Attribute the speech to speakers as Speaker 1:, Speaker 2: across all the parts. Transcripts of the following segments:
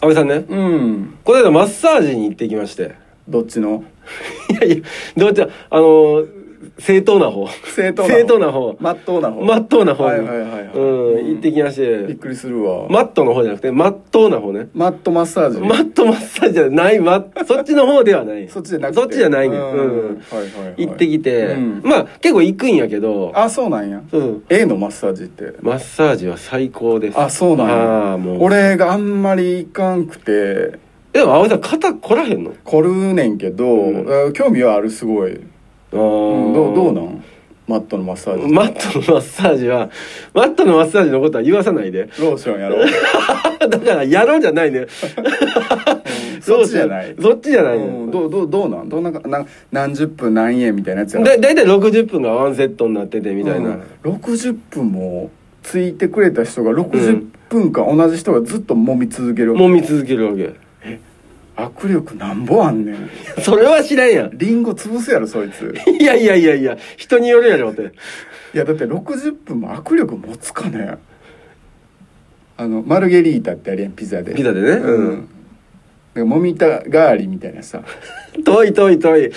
Speaker 1: 安倍さんね、
Speaker 2: うん。
Speaker 1: この間マッサージに行ってきまして。
Speaker 2: どっちの
Speaker 1: いやいや、どうじゃ、あのー正当な方。
Speaker 2: 正当な方。
Speaker 1: 正当な方。
Speaker 2: まっとうな方。
Speaker 1: まっとうな方
Speaker 2: はい
Speaker 1: に。
Speaker 2: はいはいはい。
Speaker 1: うん、行ってきまし。
Speaker 2: びってくりするわ。
Speaker 1: マットの方じゃなくて、まっとうな方ね。
Speaker 2: マットマッサージ。
Speaker 1: マットマッサージじゃない、ま、そっちの方ではない。
Speaker 2: そっちじゃなくて
Speaker 1: そっちじゃないね。
Speaker 2: う
Speaker 1: うんん。
Speaker 2: はいはいはい
Speaker 1: 行ってきて、
Speaker 2: うん
Speaker 1: まあ結構行くんやけど、
Speaker 2: あ、そうなんや。
Speaker 1: うん。
Speaker 2: A のマッサージって。
Speaker 1: マッサージは最高です。
Speaker 2: あ、そうなん
Speaker 1: あ
Speaker 2: や。
Speaker 1: あ、もう。、
Speaker 2: 俺があんまり行かんくて、
Speaker 1: でも、葵さん、肩こらへんの
Speaker 2: 凝るねんけど、
Speaker 1: う
Speaker 2: あ興味はあるすごい。うん
Speaker 1: あー
Speaker 2: どうどうなんマットのマッサージ。
Speaker 1: マットのマッサージは、マットのマッサージのことは言わさない で。
Speaker 2: ローションやろう。
Speaker 1: だから、やろうじゃないね。
Speaker 2: そっちじゃない。
Speaker 1: そっちじゃない
Speaker 2: うん
Speaker 1: ね。
Speaker 2: どうどうどうなんどんなかなん何十分何円みたいなやつや
Speaker 1: だ、だいたい60分がワンセットになってて、みたいな。
Speaker 2: 六十分もついてくれた人が60分間同じ人がずっと揉み続ける、
Speaker 1: 揉み続けるわけ。
Speaker 2: 握力なんぼあんねん
Speaker 1: それは知らんやん。
Speaker 2: リンゴ潰すやろそいつ
Speaker 1: いやいやいやいや、人によるやろって。
Speaker 2: いやだって60分も握力持つかねあのマルゲリータってあれやんピザで
Speaker 1: ピザでね
Speaker 2: う
Speaker 1: うん
Speaker 2: ん、でもみたガーリみたいなさ
Speaker 1: 遠い遠い遠い。遠い。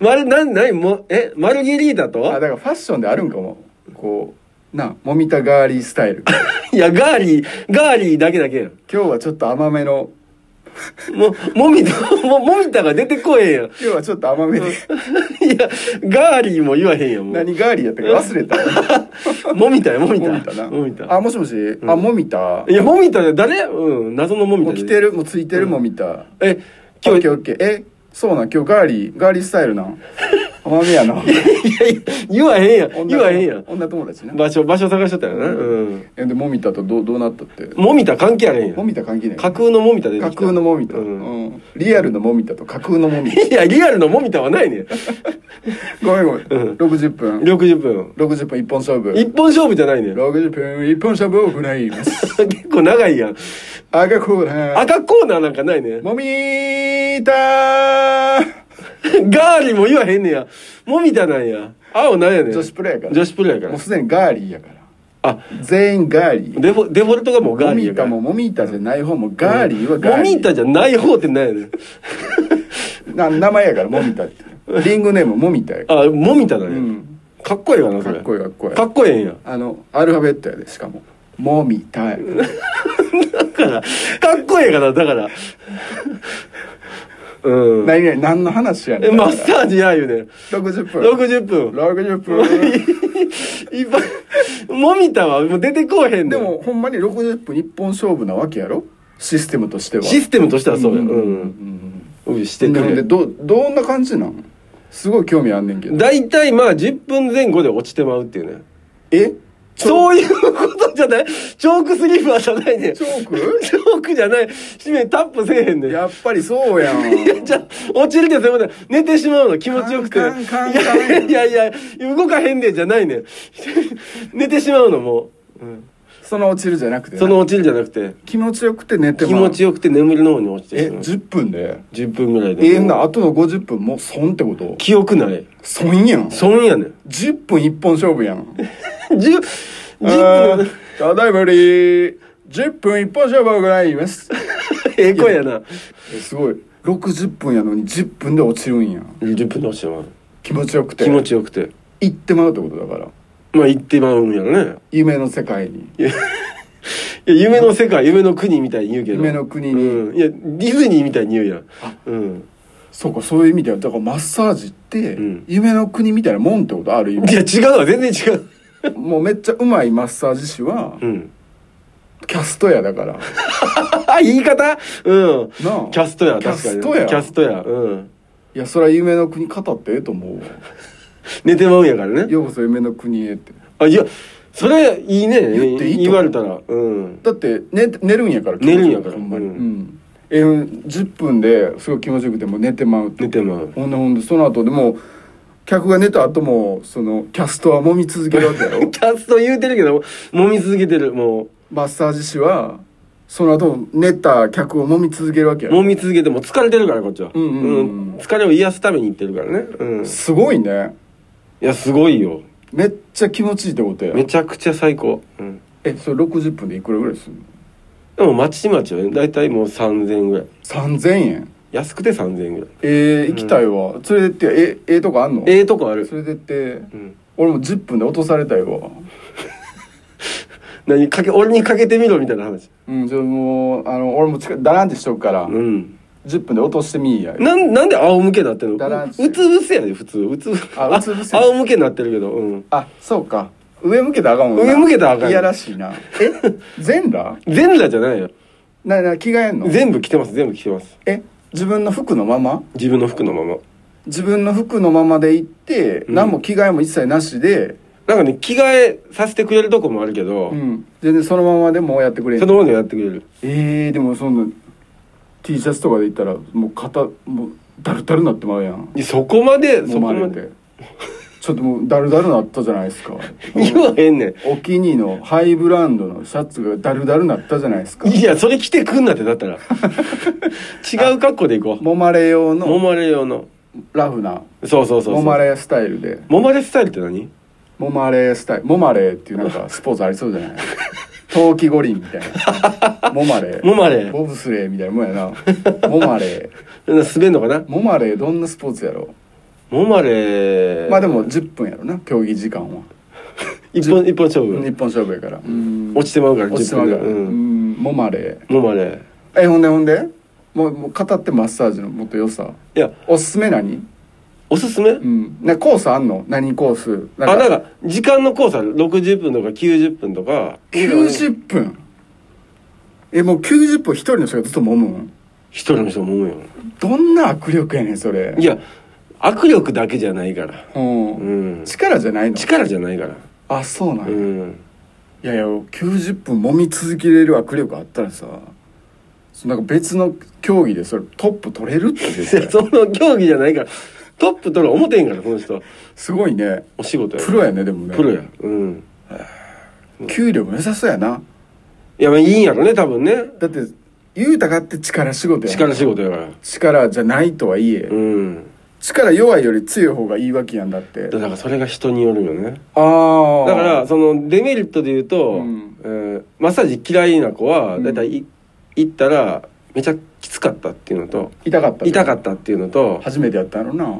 Speaker 1: まる、なん、なに、も、え、マルゲリータ
Speaker 2: あだ
Speaker 1: と
Speaker 2: からファッションであるんかもこうなもみたガーリースタイル
Speaker 1: いや、ガーリー、ガーリーだけだけやん。
Speaker 2: 今日はちょっと甘めの
Speaker 1: も、もみた、も、もみたが出てこえへん やん。
Speaker 2: 今日はちょっと甘めで
Speaker 1: いや、ガーリーも言わへんやん、もう。
Speaker 2: 何ガーリーやったか忘れた
Speaker 1: もみたや、もみた。
Speaker 2: もみたな。
Speaker 1: もみた。
Speaker 2: あ、もしもし。あ、もみた。
Speaker 1: いや、もみたで誰うん、謎のもみ
Speaker 2: も
Speaker 1: た
Speaker 2: う
Speaker 1: で。
Speaker 2: 来てる、もうついてる、もみた。
Speaker 1: え、
Speaker 2: 今
Speaker 1: 今
Speaker 2: 日、
Speaker 1: 日、
Speaker 2: オッケー、え、そうなん、今日ガーリー、ガーリースタイルなん。 甘めやな。
Speaker 1: いやいや、言わへんやん。 言わへんやん。
Speaker 2: 女友達な。
Speaker 1: 場所、場所探しとったよな。うん。
Speaker 2: え、で、もみたとどう、どうなったって。
Speaker 1: もみた関係あれへんや
Speaker 2: も
Speaker 1: ん。
Speaker 2: みた関係ない。
Speaker 1: 架空のもみた出てきた
Speaker 2: 架空のもみた。
Speaker 1: う
Speaker 2: うんん。リアルのもみたと架空のもみ た。
Speaker 1: いや、リアルのもみたはないねん。
Speaker 2: ごめんごめん。
Speaker 1: うん
Speaker 2: 60分。
Speaker 1: 60分。
Speaker 2: 60分一本勝負。
Speaker 1: 一本勝負じゃないねん。
Speaker 2: 60分一本勝負を行います。
Speaker 1: 結構長いやん。
Speaker 2: 赤コーナー。
Speaker 1: 赤コーナーなんかないね。
Speaker 2: もみた
Speaker 1: ガーリーも言わへんねや。もみたなんや。青なんやねん。
Speaker 2: 女子プロやから。
Speaker 1: 女子プロやか
Speaker 2: もう
Speaker 1: ら。
Speaker 2: すでにガーリーやから。
Speaker 1: あ、
Speaker 2: 全員ガーリー。
Speaker 1: デフォデフォルトがもうガ
Speaker 2: モ
Speaker 1: ーリー
Speaker 2: ミ
Speaker 1: やか
Speaker 2: ータ
Speaker 1: ら。
Speaker 2: もモミータじゃない方もガーリーはガ
Speaker 1: モ
Speaker 2: ーリー。
Speaker 1: ミータじゃない方ってなんやねん。
Speaker 2: な名前やからモミータって。リングネームモミータやか
Speaker 1: あ、モミタなん
Speaker 2: ら。う
Speaker 1: や。
Speaker 2: ん。
Speaker 1: かっこいいわな、そ
Speaker 2: か
Speaker 1: れ。
Speaker 2: っこいいかっこいい
Speaker 1: か。っこええんや。
Speaker 2: あの、アルファベットやで、しかも。モミータや。
Speaker 1: だから、かっこええから、だから。うん。
Speaker 2: 何々何の話やね
Speaker 1: え、
Speaker 2: ん。
Speaker 1: マッサージや言うねん。
Speaker 2: 60分。
Speaker 1: 60分。
Speaker 2: 60分。
Speaker 1: いっぱい、もみたはもう出てこうへんね
Speaker 2: で
Speaker 1: ん
Speaker 2: も、ほんまに60分一本勝負なわけやろシステムとしては。
Speaker 1: システムとしてはそうや。う。
Speaker 2: うんん。
Speaker 1: うん、してく
Speaker 2: なんで、
Speaker 1: れ。
Speaker 2: ど、どんな感じなんすごい興味あんねんけど。
Speaker 1: 大体まあ10分前後で落ちてまうっていうね。
Speaker 2: え
Speaker 1: そういうことじゃないチョークスリーパーじゃないねん。
Speaker 2: チ
Speaker 1: チ
Speaker 2: ョーク
Speaker 1: ョークじゃない。紙面タップせえへんねん。
Speaker 2: やっぱりそうや ん。
Speaker 1: じゃあ落ちるってそういうことや寝てしまうの気持ちよくて。い
Speaker 2: カンカンカンカン
Speaker 1: やいやいや、動かへんでじゃないねん。 寝てしまうのもう、うん
Speaker 2: その落ちるじゃなくてな
Speaker 1: その落ちるじゃなくて、
Speaker 2: 気持ちよくて寝て
Speaker 1: 気
Speaker 2: まう
Speaker 1: 持ちよくて眠りの方に落ちて
Speaker 2: え
Speaker 1: しまう。
Speaker 2: 10分で
Speaker 1: 10分ぐらいで。
Speaker 2: ええなあとの50分もう損ってこと
Speaker 1: 記憶ない。
Speaker 2: 損やん
Speaker 1: 損やねん。
Speaker 2: 10分一本勝 負やん
Speaker 1: 10、10分。
Speaker 2: あーただいまより10分一本勝負を行います
Speaker 1: ええ声やな。
Speaker 2: えすごい60分やのに10分で落ちるんや
Speaker 1: 10分で落ちてまう。
Speaker 2: 気持ちよくて
Speaker 1: 気持ちよくて。
Speaker 2: 行ってまうってことだから
Speaker 1: まあ行ってまうんやろね。
Speaker 2: 夢の世界に
Speaker 1: いや夢の世界、夢の国みたいに言うけど。
Speaker 2: 夢の国に
Speaker 1: うん。いや、ディズニーみたいに言うやん。うん。
Speaker 2: そうかそういう意味ではだからマッサージって、
Speaker 1: うん
Speaker 2: 夢の国みたいなもんってことある意
Speaker 1: い
Speaker 2: 味
Speaker 1: や、違うわ、全然違う。
Speaker 2: もうめっちゃうまいマッサージ師は、
Speaker 1: うん。
Speaker 2: キャストやだからな
Speaker 1: 言い方うん。
Speaker 2: あ
Speaker 1: キャストや、
Speaker 2: キ
Speaker 1: 確
Speaker 2: ャ
Speaker 1: か
Speaker 2: ス
Speaker 1: に。
Speaker 2: トや
Speaker 1: キャストや。うん。
Speaker 2: いやそれは夢の国語ってええと思うわ
Speaker 1: 寝てまうんやからね。
Speaker 2: ようこそ夢の国へって
Speaker 1: あ、いや、それ、いいね。
Speaker 2: 言っていいと思
Speaker 1: 言
Speaker 2: う
Speaker 1: われたら。うん。
Speaker 2: だって寝寝るんやから
Speaker 1: 寝るんやから
Speaker 2: ほんまに、う
Speaker 1: うん
Speaker 2: んえ10分ですごい気持ちよくてもう寝てまうと
Speaker 1: 寝てまう。
Speaker 2: ほんでほんでその後でも客が寝た後もそのキャストは揉み続けるわけだ よ
Speaker 1: キャスト言うてるけど、揉み続けてる。も
Speaker 2: マッサージ師はその後も寝た客を揉み続けるわけ
Speaker 1: う、
Speaker 2: や
Speaker 1: 揉み続けても疲れてるから、こっちは。
Speaker 2: うんうんうん
Speaker 1: うん疲れを癒すために行ってるからね。うん。い
Speaker 2: すごいね
Speaker 1: や、すごいよ。
Speaker 2: めっちゃ気持ちいいってことや
Speaker 1: めちゃくちゃ最高。うん。
Speaker 2: えそれ60分でいくらぐらいするの
Speaker 1: でもまちまちよね大体もう3000円ぐらい
Speaker 2: 3000円
Speaker 1: 安くて3000円ぐらい
Speaker 2: えー、行きたいわ、連れてってええええとこあんの
Speaker 1: ええとこある、
Speaker 2: 連れてって
Speaker 1: うん、
Speaker 2: 俺も10分で落とされたいわ
Speaker 1: 何かけ俺にかけてみろみたいな話
Speaker 2: うんじゃあもうあの俺も近だらんってしとくから、
Speaker 1: うん
Speaker 2: 10分で落としてみいや
Speaker 1: なんなんで仰向けになってん
Speaker 2: だら
Speaker 1: の
Speaker 2: ん
Speaker 1: う
Speaker 2: し
Speaker 1: つ伏せやで普通うつ伏せ
Speaker 2: あうつ伏せ
Speaker 1: 仰向けになってるけどうん
Speaker 2: あそうか上向けたらあかんもんな
Speaker 1: 上向けたらあかん
Speaker 2: いやらしい なえ全裸
Speaker 1: 全裸じゃないよ
Speaker 2: なな着替えんの
Speaker 1: 全部着てます全部着てます
Speaker 2: え自分の服のまま
Speaker 1: 自分の服のまま
Speaker 2: 自分の服のままで行って、
Speaker 1: うん
Speaker 2: 何も着替えも一切なしで、
Speaker 1: なんかね着替えさせてくれるとこもあるけど、
Speaker 2: うん、全然そのままでもやってくれん
Speaker 1: そのままでやってくれる
Speaker 2: えー、でもそんな T シャツとかで行ったらもう肩もうだるだるなってまうやん
Speaker 1: いやそこまでそ
Speaker 2: 飲
Speaker 1: こ
Speaker 2: ま
Speaker 1: ま
Speaker 2: れ
Speaker 1: で
Speaker 2: てちょっともうだるだるなったじゃないですか
Speaker 1: 言わへんね
Speaker 2: お気に入りのハイブランドのシャツがだるだるなったじゃないですか
Speaker 1: んいやそれ着てくんなってだったら違う格好で行こ
Speaker 2: もまれ用
Speaker 1: うも
Speaker 2: の
Speaker 1: まれ用の
Speaker 2: ラフな
Speaker 1: そうそうそうそう
Speaker 2: もまれスタイルで
Speaker 1: もまれスタイルって何
Speaker 2: もまれスタイルもまれっていうなんかスポーツありそう じゃない冬季五輪みたいなもまれ
Speaker 1: もまれ
Speaker 2: ボブスレーみたいなもんやなもまれ
Speaker 1: 滑んのかな
Speaker 2: もまれどんなスポーツやろ
Speaker 1: もまれ
Speaker 2: まあでも10分やろな競技時間は
Speaker 1: 一本一本勝
Speaker 2: 日
Speaker 1: 負
Speaker 2: 本勝負やからうん
Speaker 1: 落ちてまうから
Speaker 2: 落ちてまうから
Speaker 1: 10分でうん
Speaker 2: うんもまれ
Speaker 1: もまれ
Speaker 2: えほんでほんでもうもう語ってマッサージのもっと良さ
Speaker 1: いや
Speaker 2: おすすめ何
Speaker 1: おすすめ
Speaker 2: うんなんかコースあんの何コース
Speaker 1: あなんか時間のコースある60分とか90分とか
Speaker 2: 90分えもう90分一人の人がずっと揉むん
Speaker 1: 一人の人も思うよ
Speaker 2: どんな握力やねんそれ
Speaker 1: いや握力だけじゃないから
Speaker 2: うん、
Speaker 1: うん
Speaker 2: 力じゃないの
Speaker 1: 力じゃないから
Speaker 2: あそうなん
Speaker 1: う
Speaker 2: や、い
Speaker 1: ん
Speaker 2: やいや90分揉み続けれる握力あったらさそのなんか別の競技でそれトップ取れるって絶
Speaker 1: いや
Speaker 2: 対
Speaker 1: その競技じゃないからトップ取る思てへんからこの人
Speaker 2: すごいね
Speaker 1: お仕事や
Speaker 2: プロやねでもね
Speaker 1: プロやうん
Speaker 2: 給料も良さそうやない
Speaker 1: やまあいいんやろね多分ね
Speaker 2: だって言うたかって力仕事やん
Speaker 1: 力仕事やから
Speaker 2: 力じゃないとはいえ、
Speaker 1: うん
Speaker 2: 力弱いより強い方がいいわけやんだって
Speaker 1: だからそれが人によるよね
Speaker 2: ああ
Speaker 1: だからそのデメリットで言うと、
Speaker 2: うん
Speaker 1: えーマッサージ嫌いな子は
Speaker 2: うん
Speaker 1: だいたいい行ったらめちゃきつかったっていうのと
Speaker 2: 痛かった
Speaker 1: 痛かったっていうのと
Speaker 2: 初めてやったのな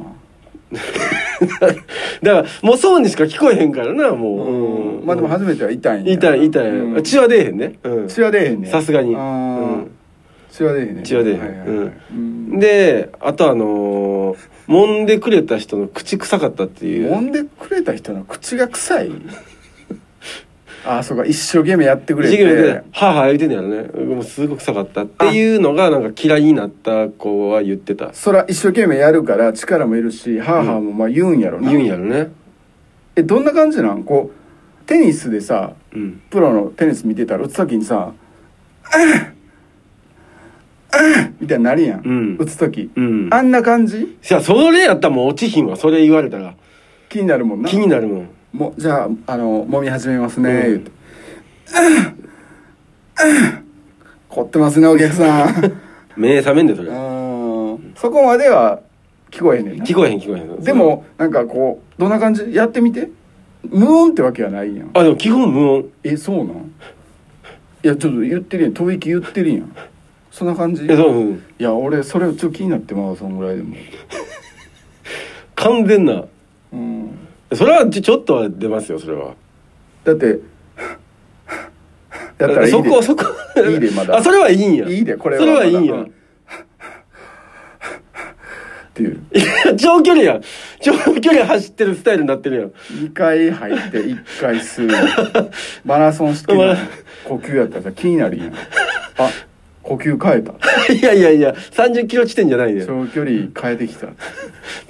Speaker 1: だからもうそうにしか聞こえへんからなもう、うん
Speaker 2: まあでも初めては痛いんや
Speaker 1: 痛い痛い、
Speaker 2: うん
Speaker 1: 血は出えへんね、うん、
Speaker 2: 血は出えへんね
Speaker 1: さすがに
Speaker 2: あ
Speaker 1: う
Speaker 2: ー
Speaker 1: ん
Speaker 2: 血は出えへんね
Speaker 1: 血は出えへん
Speaker 2: いいいうん
Speaker 1: であとあのー揉んでくれた人の口臭かったっていう
Speaker 2: 揉んでくれた人の口が臭い ああそうか一生懸命やってくれ
Speaker 1: 一生懸命
Speaker 2: て
Speaker 1: ではあはあ言うてんねやろねもうすごく臭かったっていうのがなんか嫌いになった子は言ってた
Speaker 2: そら一生懸命やるから力もいるしハーハーもまあ言うんやろな、
Speaker 1: 言うんやろね
Speaker 2: えどんな感じなんこうテニスでさ
Speaker 1: うん
Speaker 2: プロのテニス見てたら打つ時にさ「うんうん」みたいになるやん、
Speaker 1: うん
Speaker 2: 打つ時、
Speaker 1: うん
Speaker 2: あんな感じ
Speaker 1: いやそれやったらもう落ちひんわそれ言われたら
Speaker 2: 気になるもんな
Speaker 1: 気になるもん
Speaker 2: もうじゃああの揉み始めますね、
Speaker 1: うん
Speaker 2: 言うて「凝ってますねお客さん」
Speaker 1: 目覚めんでそれ
Speaker 2: うんそこまでは聞こえへんねんな
Speaker 1: 聞こえへん聞こえへん
Speaker 2: でもなんかこうどんな感じやってみて無音ってわけはないやん
Speaker 1: あでも基本無音
Speaker 2: えそうなんいやちょっと言ってるやん飛びき言ってるやんそんな感じ
Speaker 1: いやそううん
Speaker 2: いや俺それちょっと気になってまうそんぐらいでも
Speaker 1: 完全な
Speaker 2: うん
Speaker 1: それはちょちょっとは出ますよそれは
Speaker 2: だってやったらいいで
Speaker 1: そこはそこ
Speaker 2: いいでまだ
Speaker 1: あそれはいいんや
Speaker 2: いいでこれは
Speaker 1: それはいいん
Speaker 2: まだ
Speaker 1: や
Speaker 2: うんっていう
Speaker 1: いや長距離やん長距離走ってるスタイルになってるやん
Speaker 2: 2回入って1回吸うマラソンして
Speaker 1: マラ
Speaker 2: る呼吸やったらさ気になるやんあ呼吸変えた
Speaker 1: いやいやいや、30キロ地点じゃないね。
Speaker 2: 長距離変えてきた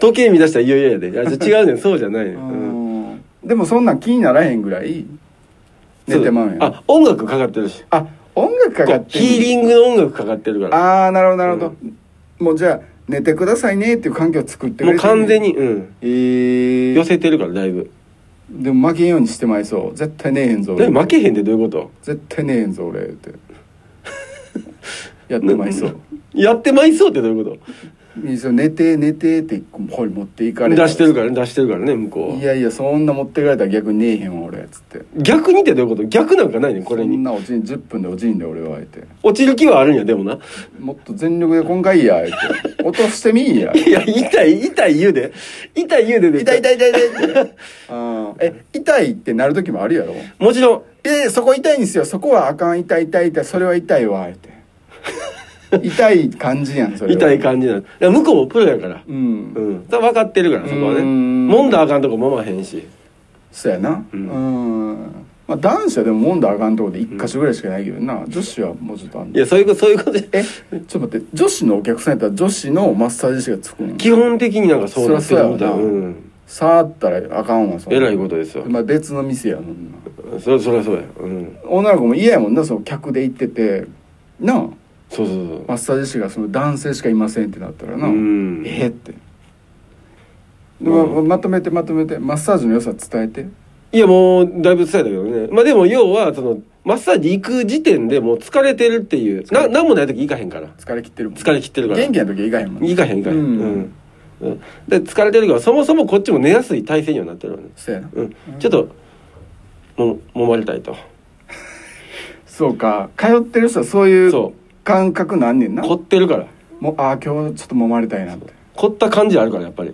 Speaker 1: 時計見出したらいよいよやで。あじゃ あ違うねん、そうじゃないねん。うん
Speaker 2: うんでもそんなん気にならへんぐらい寝てまうんや
Speaker 1: そあ、音楽かかってるし。
Speaker 2: あ音楽かかって
Speaker 1: ヒーリ
Speaker 2: ン
Speaker 1: ングの音楽かかってるから。
Speaker 2: ああなるほどなるほど、もうじゃあ寝てくださいねっていう環境を作ってく
Speaker 1: も
Speaker 2: れて
Speaker 1: う
Speaker 2: る
Speaker 1: 完全に、うん。
Speaker 2: えー、
Speaker 1: 寄せてるから、だいぶ。
Speaker 2: でも負けんようにしてまいそう絶対寝えへんぞ
Speaker 1: で
Speaker 2: 俺
Speaker 1: 負けへんってどういうこと
Speaker 2: 絶対寝えへんぞ俺ってやってまいそう
Speaker 1: やってまいそうってどういうこと
Speaker 2: いいですよ寝て寝てってこれ持っていかれ
Speaker 1: 出
Speaker 2: た
Speaker 1: してるからね出してるからね向こうはい
Speaker 2: やいやそんな持ってかれたら逆にねえへんわ俺っつって
Speaker 1: 逆にってどういうこと逆なんかないねんこれ
Speaker 2: そん
Speaker 1: に
Speaker 2: な落ちん10分で落ちんで俺はあえて
Speaker 1: 落ちる気はあるんやで もな
Speaker 2: もっと全力で今回や言うて落としてみいや
Speaker 1: いや痛い痛い言うで痛い言うでで
Speaker 2: 痛い痛い痛い痛い ってあーえ痛いってなる時もあるやろ
Speaker 1: もちろん
Speaker 2: えそこ痛いんですよそこはあかん痛い痛い痛いそれは痛いわ言 うて痛い感じやんそれは
Speaker 1: 痛い感じなのいや向こうもプロやから
Speaker 2: うん
Speaker 1: うんそれ分かってるからそこはね
Speaker 2: うん
Speaker 1: もんだらあかんとこもまへんし
Speaker 2: そうやな
Speaker 1: う
Speaker 2: うんん、まあ、男子はでももんだらあかんとこで1箇所ぐらいしかないけどな、女子はもうちょっとあん
Speaker 1: い
Speaker 2: の
Speaker 1: やそういうことそういうこと
Speaker 2: えちょっと待って女子のお客さんやったら女子のマッサージ師がつくん
Speaker 1: 基本的になんかそうなってるみたいな
Speaker 2: そりゃそうやわな
Speaker 1: うん
Speaker 2: 触ったらあかんわそん
Speaker 1: え
Speaker 2: な
Speaker 1: らいことですよ
Speaker 2: まあ、別の店やもんな
Speaker 1: そそりゃそうやうん
Speaker 2: 女の子も嫌やもんなその客で行っててなあ
Speaker 1: そうそうそう
Speaker 2: マッサージ師がその男性しかいませんってなったらな、
Speaker 1: うん
Speaker 2: えっって、
Speaker 1: うん
Speaker 2: ままとめてまとめてマッサージの良さ伝えて
Speaker 1: いやもうだいぶ伝えたけどねまあでも要はそのマッサージ行く時点でもう疲れてるっていうな何もない時行かへんから
Speaker 2: 疲れ切ってるもん
Speaker 1: 疲れ切ってるから
Speaker 2: 元気な時は行かへんもん
Speaker 1: 行かへん行かへん
Speaker 2: うん
Speaker 1: うんうんで疲れてるからそもそもこっちも寝やすい体勢にはなってるわね
Speaker 2: そうやな
Speaker 1: うんちょっとも揉まれたいと
Speaker 2: そうか通ってる人はそういう
Speaker 1: そ
Speaker 2: 感覚なんねん
Speaker 1: う
Speaker 2: な
Speaker 1: 凝ってるから
Speaker 2: もうああ今日ちょっと揉まれたいなって
Speaker 1: 凝った感じあるからやっぱり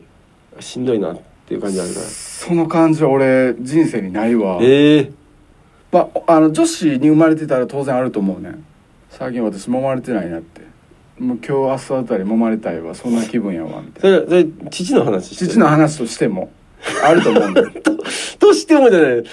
Speaker 1: しんどいなっていう感じあるから
Speaker 2: その感じは俺人生にないわ
Speaker 1: ええ
Speaker 2: まあ、あの女子に生まれてたら当然あると思うね最近私揉まれてないなってもう今日明日あたり揉まれたいわそんな気分やわみたい
Speaker 1: そ
Speaker 2: な
Speaker 1: れそれ父の話してる
Speaker 2: 父の話としてもあると思うんだよ
Speaker 1: としてもじゃない